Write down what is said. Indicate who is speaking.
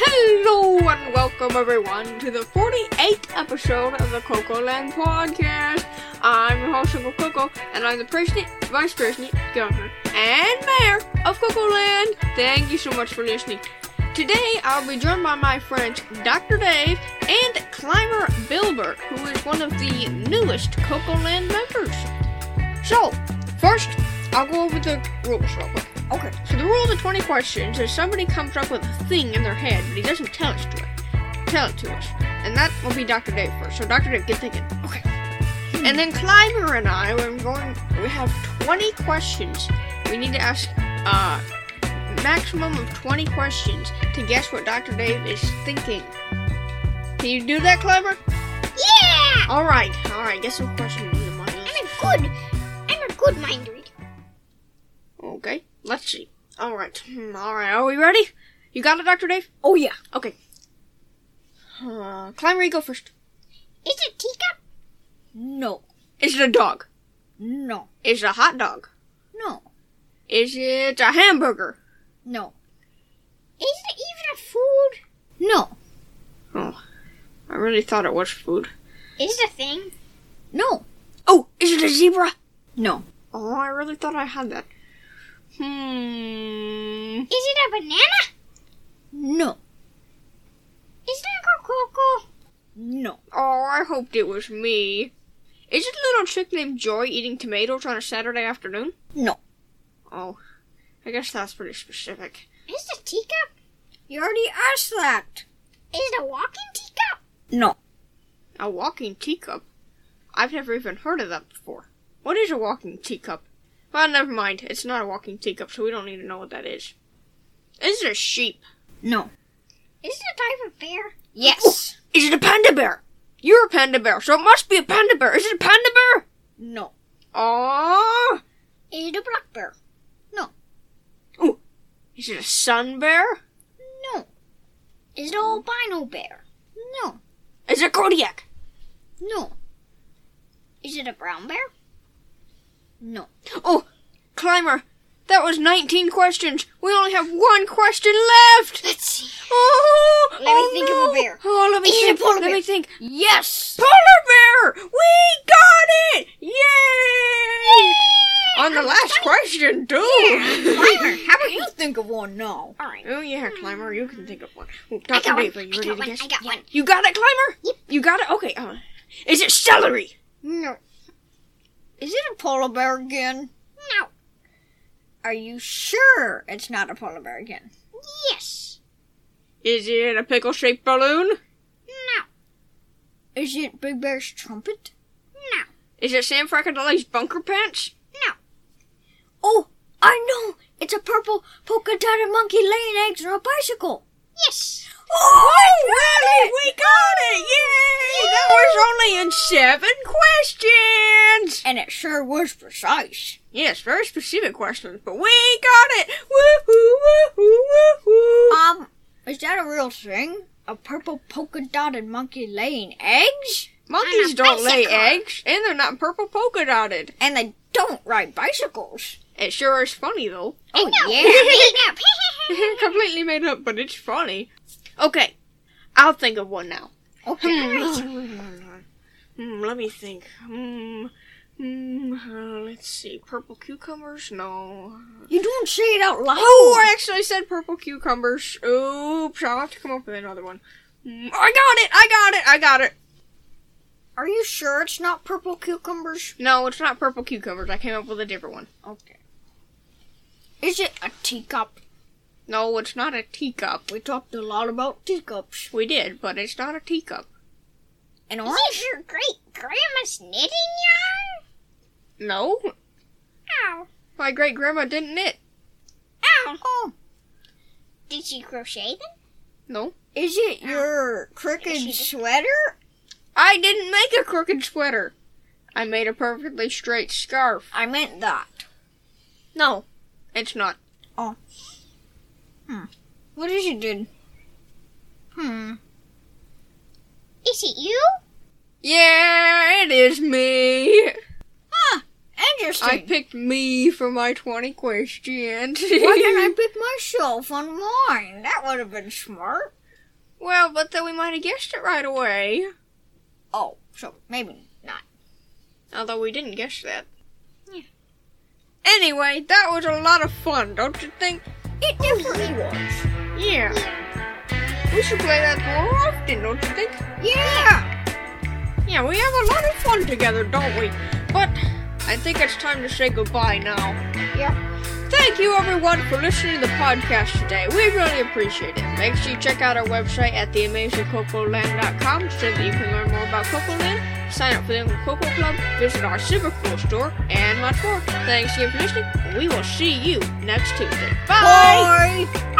Speaker 1: Hello and welcome everyone to the 48th episode of the Coco Land Podcast. I'm your host Uncle Coco, and I'm the president, vice president, governor, and mayor of Coco Land. Thank you so much for listening. Today I'll be joined by my friends Dr. Dave and Climber Bilber, who is one of the newest Coco Land members. So, first, I'll go over the rules real quick. Okay. So the rule of the 20 questions is somebody comes up with a thing in their head, but he doesn't tell us to it. Tell it to us. And that will be Dr. Dave first. So Dr. Dave, get thinking. Okay. And then Climber and I, we're going, we have 20 questions. We need to ask uh, maximum of 20 questions to guess what Dr. Dave is thinking. Can you do that, Climber?
Speaker 2: Yeah!
Speaker 1: All right. All right. Guess what question is the money?
Speaker 2: I'm a good, I'm a good mind reader.
Speaker 1: Okay, let's see. All right, hmm, all right. Are we ready? You got it, Doctor Dave.
Speaker 2: Oh yeah.
Speaker 1: Okay. Uh, Climber, you go first.
Speaker 2: Is it teacup?
Speaker 3: No,
Speaker 1: Is it a dog?
Speaker 3: no,
Speaker 1: Is it a hot dog?
Speaker 3: no,
Speaker 1: Is it a hamburger?
Speaker 3: no,
Speaker 2: Is it even a food?
Speaker 3: no,
Speaker 1: Oh, I really thought it was food.
Speaker 2: Is it a thing?
Speaker 3: no,
Speaker 1: Oh, is it a zebra?
Speaker 3: no,
Speaker 1: Oh, I really thought I had that. Hmm.
Speaker 2: Is it a banana?
Speaker 3: no,
Speaker 2: Is it a cocoa?
Speaker 3: no,
Speaker 1: Oh, I hoped it was me. Is it a little chick named Joy eating tomatoes on a Saturday afternoon?
Speaker 3: no.
Speaker 1: Oh, I guess that's pretty specific.
Speaker 2: Is it a teacup?
Speaker 3: You already asked that.
Speaker 2: Is it a walking teacup?
Speaker 3: No.
Speaker 1: A walking teacup? I've never even heard of that before. What is a walking teacup? Well, never mind. It's not a walking teacup, so we don't need to know what that is. Is it a sheep?
Speaker 3: No.
Speaker 2: Is it a type of bear?
Speaker 3: Yes.
Speaker 1: Is it a panda bear? You're a panda bear, so it must be a panda bear. Is it a panda bear?
Speaker 3: No.
Speaker 1: Oh,
Speaker 2: Is it a black bear?
Speaker 1: is it a sun bear?
Speaker 3: No.
Speaker 2: Is it an albino bear?
Speaker 3: No.
Speaker 1: Is it a Kodiak?
Speaker 3: No.
Speaker 2: Is it a brown bear?
Speaker 3: No.
Speaker 1: Oh, climber, that was 19 questions. We only have one question left.
Speaker 2: Let's see.
Speaker 1: Oh,
Speaker 2: Let me
Speaker 1: oh
Speaker 2: think of
Speaker 1: no.
Speaker 2: a bear.
Speaker 1: Oh, let me
Speaker 2: Is it a
Speaker 1: think.
Speaker 2: polar
Speaker 1: Let
Speaker 2: bear?
Speaker 1: me think.
Speaker 3: Yes.
Speaker 1: polar bear! We got it! Yay! On the last question, too!
Speaker 3: Climber, how about you think of one now?
Speaker 2: All right.
Speaker 1: oh, yeah, Climber, you can think of one. Oh,
Speaker 2: I
Speaker 1: Dr.
Speaker 2: got one.
Speaker 1: Dave, are you
Speaker 2: I
Speaker 1: ready
Speaker 2: got
Speaker 1: to
Speaker 2: one.
Speaker 1: guess?
Speaker 2: I got one.
Speaker 1: You got it, Climber?
Speaker 2: Yep.
Speaker 1: You got it? Okay, uh, is it celery?
Speaker 3: No. Is it a polar bear again?
Speaker 2: No.
Speaker 3: Are you sure it's not a polar bear again?
Speaker 2: Yes.
Speaker 1: Is it a pickle shaped balloon?
Speaker 2: No.
Speaker 3: Is it Big Bear's trumpet?
Speaker 2: No.
Speaker 1: Is it Sam Francatelli's bunker pants?
Speaker 2: No.
Speaker 3: Oh, I know! It's a purple polka dotted monkey laying eggs on a bicycle.
Speaker 2: Yes.
Speaker 1: Oh, really? We got it! Yay! That was only in seven questions!
Speaker 3: And it sure was precise.
Speaker 1: Yes, very specific questions, but we got it! Woohoo, woohoo, woohoo!
Speaker 3: Um, is that a real thing? A purple polka dotted monkey laying eggs?
Speaker 1: Monkeys
Speaker 2: On a
Speaker 1: don't lay
Speaker 2: bicycle.
Speaker 1: eggs, and they're not purple polka dotted.
Speaker 3: And they don't ride bicycles.
Speaker 1: It sure is funny though.
Speaker 3: Oh,
Speaker 2: No.
Speaker 3: yeah.
Speaker 2: Made up.
Speaker 1: Completely made up, but it's funny. Okay, I'll think of one now.
Speaker 3: Okay.
Speaker 1: Hmm, let me think. Hmm, hmm, uh, let's see. Purple cucumbers? No.
Speaker 3: You don't say it out loud.
Speaker 1: Oh, I actually said purple cucumbers. Oops, I'll have to come up with another one. Hmm, I got it! I got it! I got it!
Speaker 3: Are you sure it's not purple cucumbers?
Speaker 1: No, it's not purple cucumbers. I came up with a different one.
Speaker 3: Okay. Is it a teacup?
Speaker 1: No, it's not a teacup.
Speaker 3: We talked a lot about teacups.
Speaker 1: We did, but it's not a teacup.
Speaker 3: And
Speaker 2: Is
Speaker 3: orange?
Speaker 2: it your great grandma's knitting yarn? Oh.
Speaker 1: No,
Speaker 2: Ow.
Speaker 1: my great grandma didn't knit.
Speaker 2: Ow.
Speaker 3: Oh,
Speaker 2: Did she crochet them?
Speaker 1: No,
Speaker 3: is it your crooked sweater?
Speaker 1: I didn't make a crooked sweater. I made a perfectly straight scarf.
Speaker 3: I meant that.
Speaker 1: No, it's not.
Speaker 3: What is it, dude? Hmm.
Speaker 2: Is it you?
Speaker 1: Yeah, it is me.
Speaker 3: Interesting.
Speaker 1: I picked me for my 20 questions.
Speaker 3: Why didn't I pick myself on mine? That would have been smart.
Speaker 1: Well, but then we might have guessed it right away.
Speaker 3: Oh, so maybe not.
Speaker 1: Although we didn't guess that. Anyway, that was a lot of fun, don't you think?
Speaker 3: It definitely was.
Speaker 1: Yeah. We should play that more often, don't you think?
Speaker 3: Yeah.
Speaker 1: Yeah, we have a lot of fun together, don't we? But I think it's time to say goodbye now.
Speaker 3: Yeah.
Speaker 1: Thank you, everyone, for listening to the podcast today. We really appreciate it. Make sure you check out our website at theamazingcocoland.com so that you can learn more about Cocoland, sign up for the Young Coco Club, visit our super cool store, and much more. Thanks again for listening, and we will see you next Tuesday. Bye!
Speaker 3: Bye.